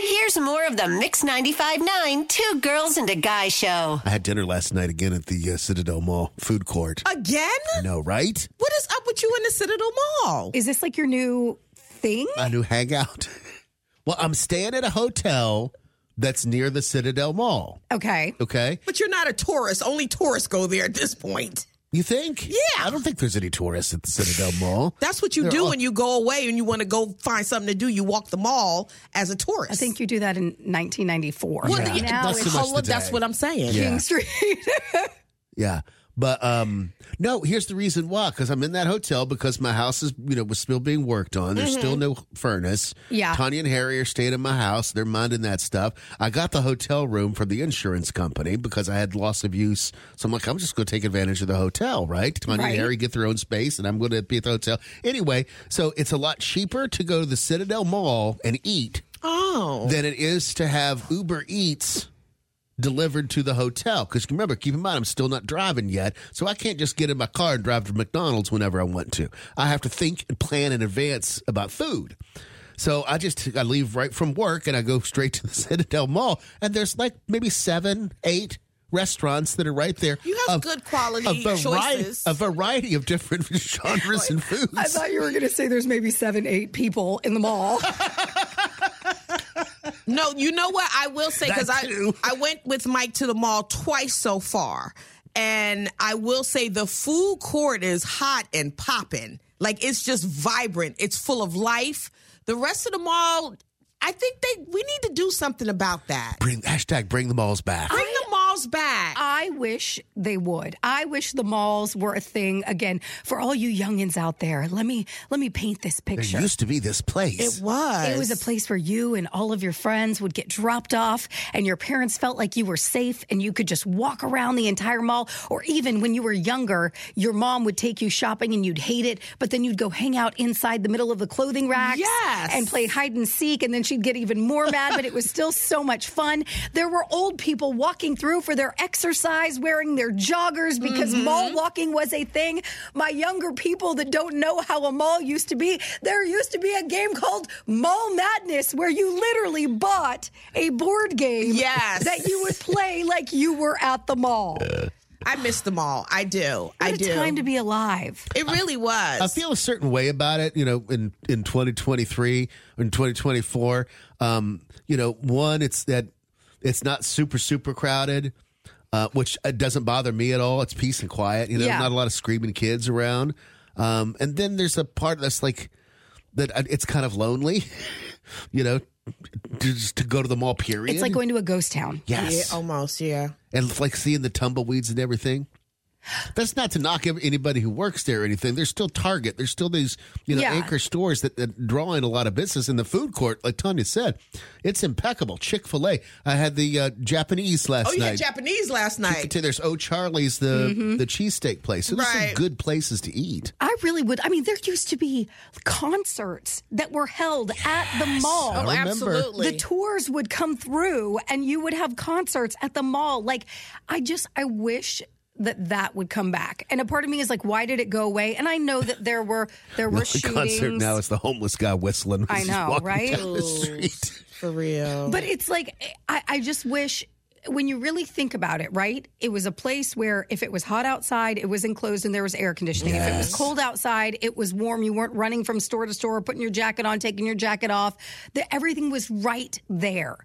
Here's more of the Mix 95.9 Two Girls and a Guy Show. I had dinner last night again at the uh, Citadel Mall food court. Again? I know, right? What is up with you in the Citadel Mall? Is this like your new thing? My new hangout. well, I'm staying at a hotel that's near the Citadel Mall. Okay. Okay. But you're not a tourist. Only tourists go there at this point. You think? Yeah. I don't think there's any tourists at the Citadel Mall. That's what you They're do all- when you go away and you want to go find something to do. You walk the mall as a tourist. I think you do that in 1994. Well, Yeah, yeah, now that's it's too much Oh, well, that's today. what I'm saying. Yeah. King Street. Yeah. But um no, here's the reason why cuz I'm in that hotel because my house is, you know, was still being worked on. There's still no furnace. Mm-hmm. Yeah. Tanya and Harry are staying in my house. They're minding that stuff. I got the hotel room from the insurance company because I had loss of use. So I'm like, I'm just going to take advantage of the hotel, right? Tanya and Right. Harry get their own space and I'm going to be at the hotel. Anyway, so it's a lot cheaper to go to the Citadel Mall and eat Oh. than it is to have Uber Eats delivered to the hotel. Because remember, keep in mind, I'm still not driving yet, so I can't just get in my car and drive to McDonald's whenever I want to. I have to think and plan in advance about food. So I just I leave right from work and I go straight to the Citadel Mall, and there's like maybe seven, eight restaurants that are right there. You have of- good quality a variety, choices. a variety of different genres and foods. I thought you were going to say there's maybe seven, eight people in the mall. No, you know what I will say because That I too. I went with Mike to the mall twice so far, and I will say the food court is hot and popping. Like it's just vibrant. It's full of life. The rest of the mall, I think they we need to do something about that. bring hashtag bring the malls back. Bring the malls back. I wish they would. I wish the malls were a thing again for all you youngins out there. Let me let me paint this there picture. used to be this place. it was. It was a place where you and all of your friends would get dropped off, and your parents felt like you were safe and you could just walk around the entire mall. Or even when you were younger, your mom would take you shopping and you'd hate it, but then you'd go hang out inside the middle of the clothing racks Yes. and play hide and seek. And then she'd get even more mad, but it was still so much fun. There were old people walking through for their exercise, wearing their joggers because Mm-hmm. mall walking was a thing. My younger people that don't know how a mall used to be, there used to be a game called Mall Madness where you literally bought a board game Yes. that you would play like you were at the mall. I miss the mall. I do. I what a do. time to be alive. it really was. I feel a certain way about it, you know, in, in 2023 in 2024. Um, you know, one, it's that it's not super, super crowded, uh, which uh, doesn't bother me at all. It's peace and quiet, you know, Yeah. not a lot of screaming kids around. Um, and then there's a part that's like, that uh, it's kind of lonely, you know, to- just to go to the mall, period. It's like going to a ghost town. yeah, yes. almost. Yeah. and it's like seeing the tumbleweeds and everything. That's not to knock ev- anybody who works there or anything. There's still Target. There's still these you know Yeah. anchor stores that, that draw in a lot of business. And the food court, like Tanya said, it's impeccable. Chick fil A. I had the uh, Japanese last Oh, you had night. Japanese last I could night. tell there's Oh Charlie's, the Mm-hmm. the cheesesteak place. So there's some Right. good places to eat. I really would. I mean, there used to be concerts that were held at the mall. I remember. Oh, Absolutely. The tours would come through and you would have concerts at the mall. Like, I just, I wish that that would come back. And a part of me is like, why did it go away? And I know that there were, there were The concert shootings. now is the homeless guy whistling. I as he's know, walking right? down the street. For real. But it's like, I, I just wish when you really think about it, right? It was a place where if it was hot outside, it was enclosed and there was air conditioning. If it was cold outside, it was warm. You weren't running from store to store, putting your jacket on, taking your jacket off. The, everything was right there.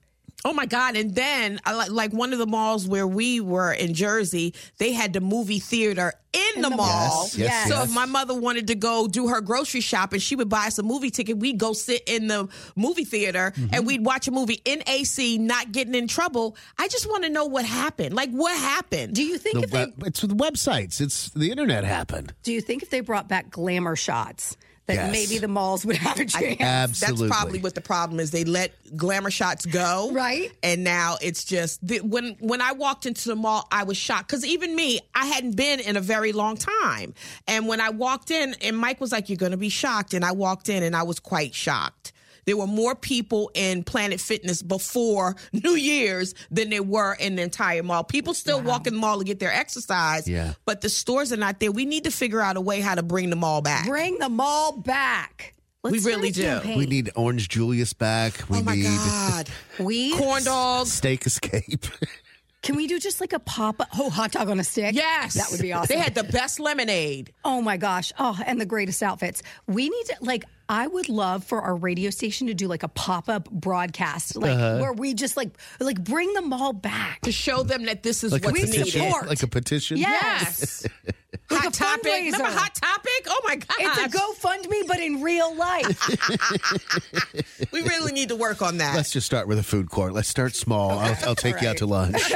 Oh my God! And then, I like, like one of the malls where we were in Jersey, they had the movie theater in, the, mall. Yes, yes, So yes. if my mother wanted to go do her grocery shopping, she would buy us a movie ticket. We'd go sit in the movie theater and we'd watch a movie in AC, not getting in trouble. I just want to know what happened. Like what happened? Do you think The if they web- it's the websites. It's the internet happened. Do you think if they brought back glamour shots, that Yes. maybe the malls would have a chance? Absolutely. That's probably what the problem is. They let glamour shots go, Right. And now it's just the, when when I walked into the mall, I was shocked because even me, I hadn't been in a very long time. And when I walked in, and Mike was like, "You're going to be shocked," and I walked in, and I was quite shocked. There were more people in Planet Fitness before New Year's than there were in the entire mall. People still walk in the mall to get their exercise, Yeah. but the stores are not there. We need to figure out a way how to bring the mall back. Bring the mall back. we Let's really start do. a campaign. We need Orange Julius back. We Oh my need God. We Corn dogs. Steak Escape. can we do just like a pop? Oh, hot dog on a stick. Yes. that would be awesome. They had the best lemonade. Oh my gosh. Oh, and the greatest outfits. We need to, like, I would love for our radio station to do like a pop up broadcast, like where we just like, like bring them all back. to show them that this is like a what's petition. needed. support. Like a petition. Yes. Like Hot a topic. Remember fundraiser. Hot Topic? Oh my God. It's a GoFundMe, but in real life. We really need to work on that. Let's just start with a food court. Let's start small. I'll, I'll take you out to lunch.